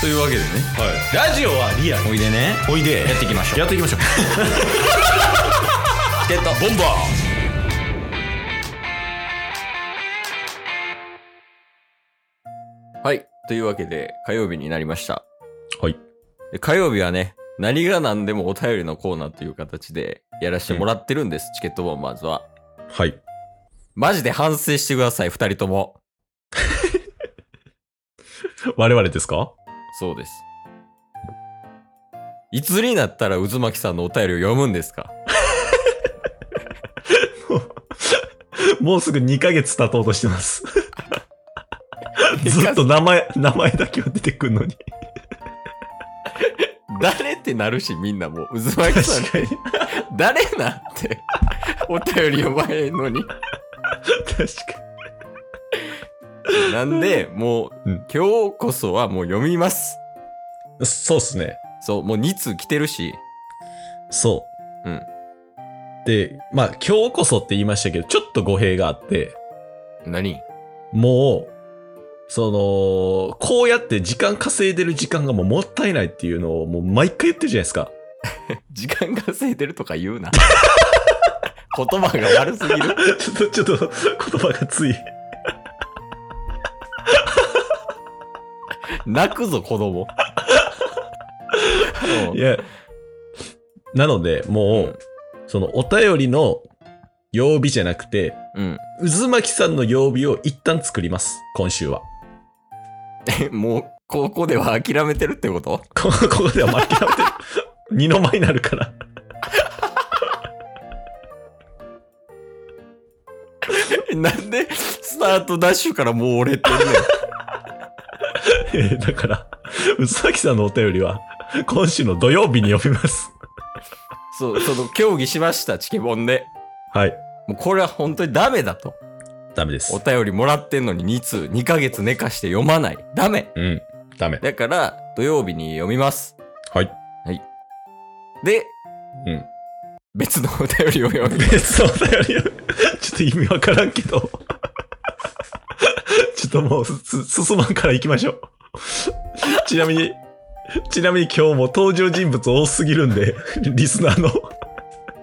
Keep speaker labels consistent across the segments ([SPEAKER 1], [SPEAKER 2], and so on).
[SPEAKER 1] というわけでね
[SPEAKER 2] ラジオはリアル
[SPEAKER 1] おいでね
[SPEAKER 2] おいで
[SPEAKER 1] やっていきましょう
[SPEAKER 2] やっていきましょう
[SPEAKER 1] チケットボンバーはいというわけで火曜日になりました
[SPEAKER 2] はい
[SPEAKER 1] で火曜日はね何が何でもお便りのコーナーという形でやらせてもらってるんです、チケットボンバーズは
[SPEAKER 2] はい
[SPEAKER 1] マジで反省してください二人とも
[SPEAKER 2] 我々ですか
[SPEAKER 1] そうですいつになったら渦巻さんのお便りを読むんですか
[SPEAKER 2] もうすぐ2ヶ月経とうとしてます。 ずっと名前、名前だけは出てくんのに。
[SPEAKER 1] 誰ってなるしみんなもう渦巻さん
[SPEAKER 2] 確かに。
[SPEAKER 1] 誰なんて お便り読まへんのに
[SPEAKER 2] 確かに。
[SPEAKER 1] なんで、もう、
[SPEAKER 2] うん
[SPEAKER 1] 今日こそはもう読みます。
[SPEAKER 2] そうっすね。
[SPEAKER 1] そう、もう2通来てるし、
[SPEAKER 2] そう。
[SPEAKER 1] うん。
[SPEAKER 2] で、まあ、今日こそって言いましたけど、ちょっと語弊があって、
[SPEAKER 1] 何
[SPEAKER 2] もう、その、こうやって時間稼いでる時間がもうもったいないっていうのをもう毎回言ってるじゃないですか。
[SPEAKER 1] 時間稼いでるとか言うな。 言葉が悪すぎる。
[SPEAKER 2] ちょっと、ちょっと、言葉がつい。
[SPEAKER 1] 泣くぞ、子供。
[SPEAKER 2] いや、なので、もう、そのお便りの曜日じゃなくて、
[SPEAKER 1] うん。
[SPEAKER 2] 渦巻さんの曜日を一旦作ります、今週は。
[SPEAKER 1] えもう、ここでは諦めてるってこと
[SPEAKER 2] こここでは負けなくて、 二の舞になるから。
[SPEAKER 1] えなんで、スタートダッシュからもう折れてんねん。
[SPEAKER 2] えーだから、渦巻さんのお便りは、今週の土曜日に読みます。
[SPEAKER 1] そう、その、協議しました、チケボンで。
[SPEAKER 2] はい。
[SPEAKER 1] もうこれは本当にダメだと。
[SPEAKER 2] ダメです
[SPEAKER 1] お。便りもらってんのに2通、2ヶ月寝かして読まない。ダメ。
[SPEAKER 2] うん。ダメ。
[SPEAKER 1] だから、土曜日に読みます。
[SPEAKER 2] はい。
[SPEAKER 1] で、
[SPEAKER 2] うん。
[SPEAKER 1] 別のお便りを読む。
[SPEAKER 2] 別のお便りを、ちょっと意味わからんけど。ちょっともう、す進まんから行きましょう。ちなみに、ちなみに今日も登場人物多すぎるんで、リスナーの。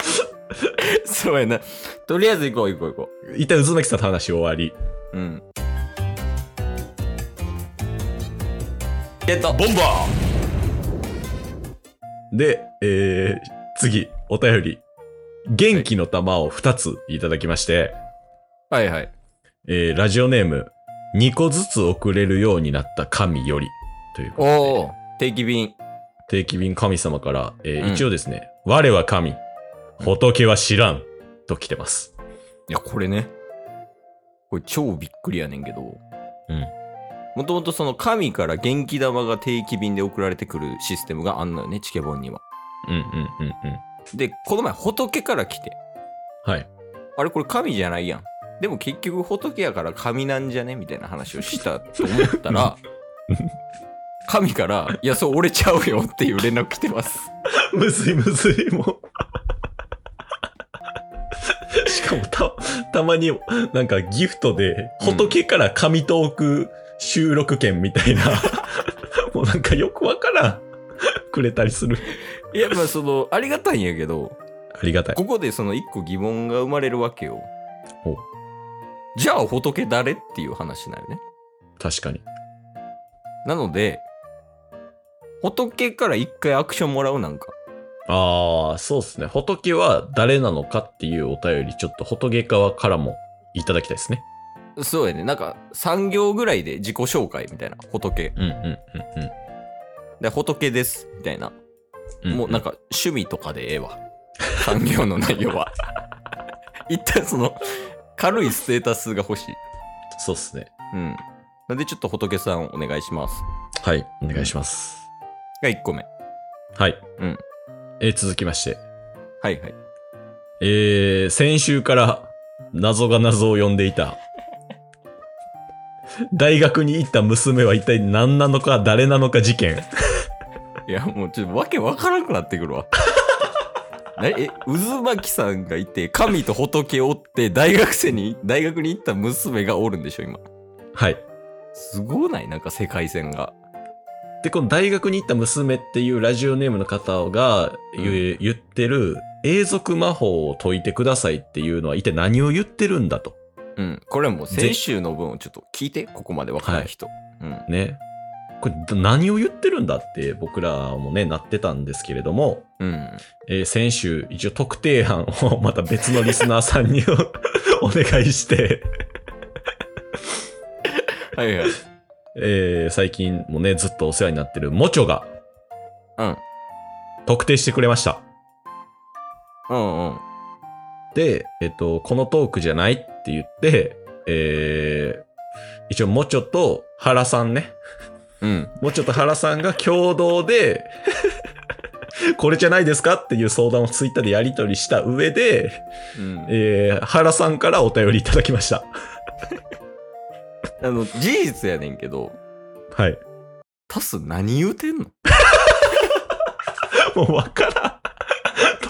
[SPEAKER 1] そうやな。とりあえず行こう行こう行こ
[SPEAKER 2] 一旦渦巻さんの話終わり。
[SPEAKER 1] う。うん。えっと、
[SPEAKER 2] ボンバーで、えー、次、お便り。元気の玉を2ついただきまして、
[SPEAKER 1] はいはい。
[SPEAKER 2] えー、ラジオネーム、2個ずつ送れるようになった神より。ということで
[SPEAKER 1] おお、定期便。
[SPEAKER 2] 定期便神様から、えー
[SPEAKER 1] うん
[SPEAKER 2] 一応ですね、我は神、仏は知らん、と来てます。
[SPEAKER 1] いや、これね。これ超びっくりやねんけど。
[SPEAKER 2] うん。
[SPEAKER 1] もともとその神から元気玉が定期便で送られてくるシステムがあんのよね、チケボンには。
[SPEAKER 2] うんうんうんうん。
[SPEAKER 1] で、この前仏から来て。
[SPEAKER 2] はい。
[SPEAKER 1] あれこれ神じゃないやん。でも結局仏やから神なんじゃねみたいな話をしたと思った ら
[SPEAKER 2] うん、
[SPEAKER 1] 神から、いや、そう、俺ちゃうよっていう連絡来てます。
[SPEAKER 2] むずいむずい、もう。 しかもた、たまになんかギフトで、
[SPEAKER 1] うん
[SPEAKER 2] 仏から神トーク収録券みたい な、もうなんかよくわからん、くれたりする。
[SPEAKER 1] いや、まあ、その、ありがたいんやけど、
[SPEAKER 2] ありがたい。
[SPEAKER 1] ここでその一個疑問が生まれるわけよ
[SPEAKER 2] ほう。
[SPEAKER 1] じゃあ仏誰っていう話なよね。
[SPEAKER 2] 確かに。
[SPEAKER 1] なので、仏から一回アクションもらうなんか。
[SPEAKER 2] ああ、そうですね。仏は誰なのかっていうお便り、ちょっと仏側からもいただきたいですね。
[SPEAKER 1] そうやね。なんか、3行ぐらいで自己紹介みたいな。仏。
[SPEAKER 2] うんうんうんうん
[SPEAKER 1] で、仏です。みたいな。
[SPEAKER 2] うんうん。
[SPEAKER 1] もうなんか趣味とかでええわ。産業の内容は。 一旦その軽いステータスが欲しい。
[SPEAKER 2] そうっすね。
[SPEAKER 1] うん。なんでちょっと仏さんお願いします。
[SPEAKER 2] はい。お願いします。
[SPEAKER 1] が1個目。
[SPEAKER 2] はい。
[SPEAKER 1] うん。
[SPEAKER 2] えー続きまして。
[SPEAKER 1] はいはい。
[SPEAKER 2] えー、先週から謎が謎を呼んでい た。大学に行った娘は一体何なのか誰なのか事件。
[SPEAKER 1] いやもうちょっとわけわからなくなってくるわ。 なえ、渦巻さんがいて、神と仏を追って、大学生に、大学に行った娘がおるんでしょ、今。
[SPEAKER 2] はい。
[SPEAKER 1] すごないなんか世界線が。
[SPEAKER 2] で、この大学に行った娘っていうラジオネームの方が言,、言ってる、永続魔法を解いてくださいっていうのは一体何を言ってるんだと。
[SPEAKER 1] うん。これはもう先週の分をちょっと聞いて、ここまでわからない人。うん。
[SPEAKER 2] ね。これど何を言ってるんだって僕らもね、なってたんですけれども、
[SPEAKER 1] うん。
[SPEAKER 2] えー先週一応特定案を また別のリスナーさんに お願いして、
[SPEAKER 1] はいはい。
[SPEAKER 2] えー最近もね、ずっとお世話になってるモチョが
[SPEAKER 1] うん。
[SPEAKER 2] 特定してくれました。
[SPEAKER 1] うんうん。
[SPEAKER 2] で、えっと、このトークじゃないって言って、えー一応、もちょと原さんね。
[SPEAKER 1] うん。
[SPEAKER 2] もちょと原さんが共同で、 これじゃないですかっていう相談をツイッターでやり取りした上で、
[SPEAKER 1] うん、
[SPEAKER 2] えー原さんからお便りいただきました。
[SPEAKER 1] あの事実やねんけど
[SPEAKER 2] はい。
[SPEAKER 1] タス何言うてんの
[SPEAKER 2] もうわからん。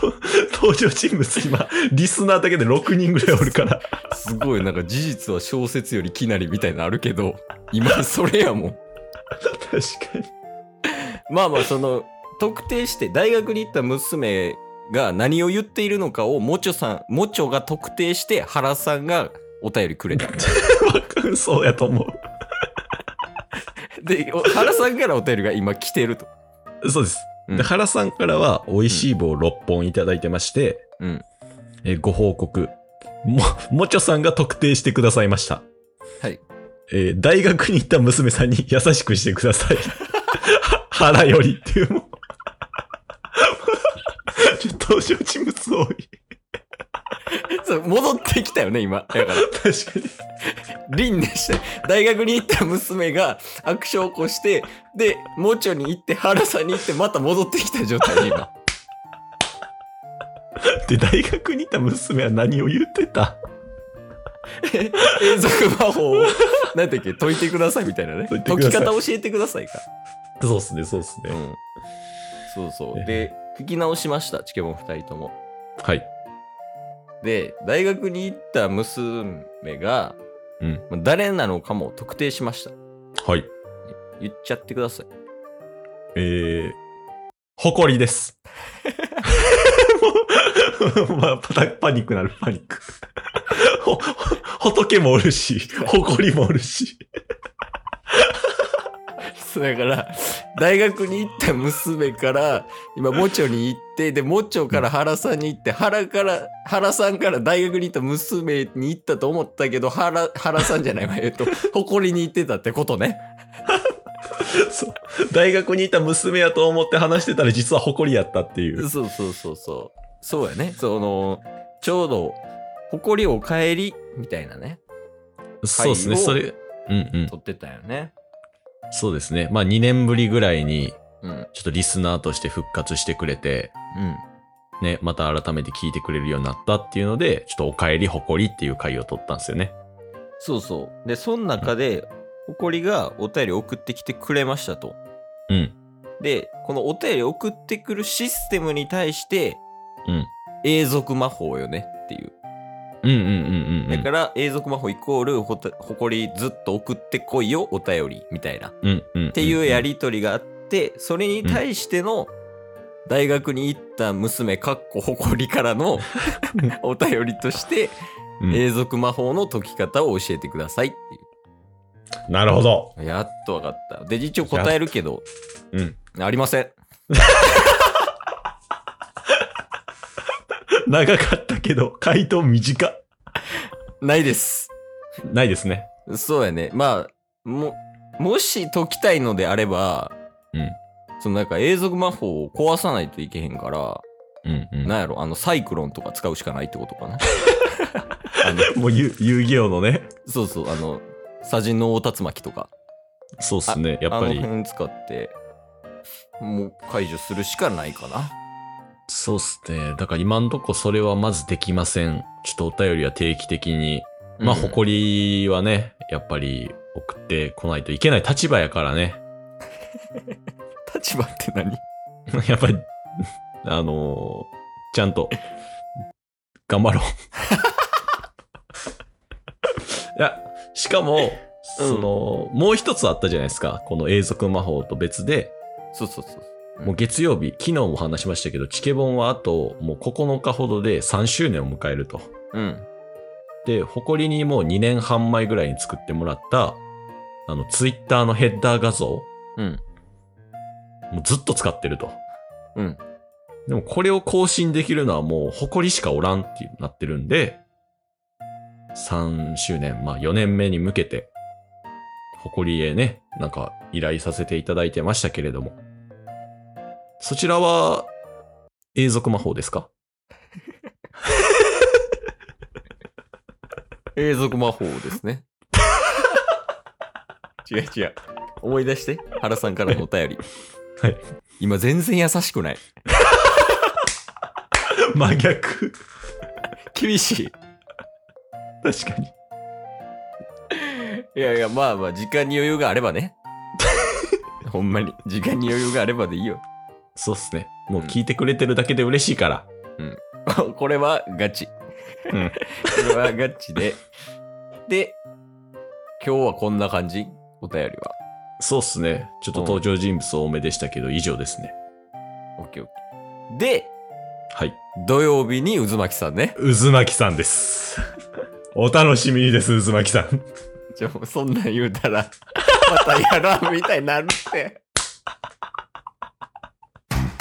[SPEAKER 2] と登場人物今、リスナーだけで6人ぐらいおるから。
[SPEAKER 1] すごいなんか事実は小説よりきなりみたいなのあるけど今それやもん
[SPEAKER 2] 確かに。
[SPEAKER 1] まあまあその特定して大学に行った娘が何を言っているのかをもちょさんもちょが特定して原さんがお便りくれた
[SPEAKER 2] わかる、そうやと思
[SPEAKER 1] でお原さんからお便りが今来てると
[SPEAKER 2] う。そうです。
[SPEAKER 1] うん
[SPEAKER 2] で原さんからは、美味しい棒6本いただいてまして、
[SPEAKER 1] うん
[SPEAKER 2] えーご報告。も、もちょさんが特定してくださいました。
[SPEAKER 1] はい。
[SPEAKER 2] えー大学に行った娘さんに 優しくしてください。 腹よりっていうもう。 ちょっと登場人物多い。
[SPEAKER 1] そう戻ってきたよね今だから
[SPEAKER 2] 確かに。
[SPEAKER 1] 輪廻して大学に行った娘が悪性を起こしてでもちょに行って原さんに行ってまた戻ってきた状態で 今
[SPEAKER 2] で、大学に行った娘は何を言ってた
[SPEAKER 1] 永続魔法を何だっけ解いてくださいみたいなね
[SPEAKER 2] 解い
[SPEAKER 1] 解
[SPEAKER 2] てくだ
[SPEAKER 1] き
[SPEAKER 2] さい
[SPEAKER 1] 方教えてくださいか、
[SPEAKER 2] そうっすね、そうっす
[SPEAKER 1] う
[SPEAKER 2] ね。
[SPEAKER 1] ん、そうそうで聞き直しましたチケボン2人とも
[SPEAKER 2] はい。
[SPEAKER 1] で大学に行った娘が、
[SPEAKER 2] うん
[SPEAKER 1] まあ誰なのかも特定しました
[SPEAKER 2] はい。
[SPEAKER 1] 言っちゃってください
[SPEAKER 2] えー、誇り です。もう まあ、パタパニックなる、パニック。ほ、ほ、仏もおるし、誇りもおるし。
[SPEAKER 1] そうだから大学に行った娘から今モチョに行ってでモチョから原さんに行って原から原さんから大学に行った娘に行ったと思ったけど原原さんじゃないわえっと誇りに行ってたってことね
[SPEAKER 2] そう。大学にいた娘やと思って話してたら実は誇りやったっていう。
[SPEAKER 1] そうそうそうそうそうやねそのちょうど誇りお帰りみたいなね
[SPEAKER 2] そうですね、
[SPEAKER 1] 会を
[SPEAKER 2] それ。うんうん。
[SPEAKER 1] 撮ってたよね
[SPEAKER 2] そうですね。まあ2年ぶりぐらいに、
[SPEAKER 1] うん
[SPEAKER 2] ちょっとリスナーとして復活してくれて、
[SPEAKER 1] うん
[SPEAKER 2] ね、また改めて聞いてくれるようになったっていうので、ちょっとお帰り誇りっていう回を取ったんですよね。
[SPEAKER 1] そうそうでその中で誇りがお便り送ってきてくれましたと
[SPEAKER 2] うん。
[SPEAKER 1] で、このお便り送ってくるシステムに対して、
[SPEAKER 2] うん。
[SPEAKER 1] 永続魔法よねっていう。
[SPEAKER 2] うんうんうんうんう
[SPEAKER 1] だ
[SPEAKER 2] ん。
[SPEAKER 1] から、永続魔法イコールほた、誇りずっと送ってこいよ、お便り、みたいな。っ
[SPEAKER 2] うんうん。って
[SPEAKER 1] いうやりとりがあって、それに対しての、大学に行った娘、かっこ誇りからのお便りとして、
[SPEAKER 2] うん
[SPEAKER 1] 永続魔法の解き方を教えてくださいって
[SPEAKER 2] なるほど。
[SPEAKER 1] いう。やっとわかった。で、一応答えるけど、
[SPEAKER 2] うん。
[SPEAKER 1] ありません。
[SPEAKER 2] 長かったけど、回答短。
[SPEAKER 1] ないです。
[SPEAKER 2] ないですね。
[SPEAKER 1] そうやね。まあ、も、もし解きたいのであれば、
[SPEAKER 2] うん。
[SPEAKER 1] そのなんか永続魔法を壊さないといけへんから、
[SPEAKER 2] うんうん。
[SPEAKER 1] なんやろ、あの、サイクロンとか使うしかないってことか な。
[SPEAKER 2] もう遊遊戯王のね。
[SPEAKER 1] そうそう、あの、サジの大竜巻とか、
[SPEAKER 2] そうっすね。やっ
[SPEAKER 1] あ
[SPEAKER 2] ぱ
[SPEAKER 1] の
[SPEAKER 2] り。
[SPEAKER 1] 辺使って、もう解除するしかないかな。
[SPEAKER 2] そうっすね。だから今んとこそれはまずできません。ちょっとお便りは定期的に。まあ、
[SPEAKER 1] うん
[SPEAKER 2] 誇りはね、やっぱり送ってこないといけない立場やからね。
[SPEAKER 1] 立場って何
[SPEAKER 2] やっぱり、あのーちゃんと、頑張ろう。いや、しかも、その、もう一つあったじゃないですか。この永続魔法と別で、
[SPEAKER 1] そうそうそう。
[SPEAKER 2] もう月曜日、昨日も話しましたけど、チケボンはあともう9日ほどで3周年を迎えると。
[SPEAKER 1] うん。
[SPEAKER 2] で、誇りにもう2年半前ぐらいに作ってもらった、あの、ツイッターのヘッダー画像、
[SPEAKER 1] うん。
[SPEAKER 2] もうずっと使ってると。
[SPEAKER 1] うん。
[SPEAKER 2] でもこれを更新できるのはもう誇りしかおらんってなってるんで、3周年、まあ4年目に向けて、誇りへね、なんか依頼させていただいてましたけれども。そちらは、永続魔法です か
[SPEAKER 1] 永続魔法です ね。違う違う。思い出して、原さんからのお便り。
[SPEAKER 2] はい。
[SPEAKER 1] 今全然優しくない。
[SPEAKER 2] 真逆。
[SPEAKER 1] 厳しい。
[SPEAKER 2] 確かに。
[SPEAKER 1] いやいや、まあまあ、時間に余裕があればね。 ほんまに、時間に余裕があればでいいよ。
[SPEAKER 2] そうっすね。もう聞いてくれてるだけで嬉しいから。
[SPEAKER 1] これはガチ。
[SPEAKER 2] うん
[SPEAKER 1] これはガチで。で、今日はこんな感じお便りは。
[SPEAKER 2] そうっすね。ちょっと登場人物多めでしたけど、以上ですね。
[SPEAKER 1] オッケーオッケー。で、
[SPEAKER 2] はい。
[SPEAKER 1] 土曜日に渦巻さんね。
[SPEAKER 2] 渦巻さんです。お楽しみにです、渦巻さん。
[SPEAKER 1] ちょ、もうそんなん言うたら、またやろうみたいになるって。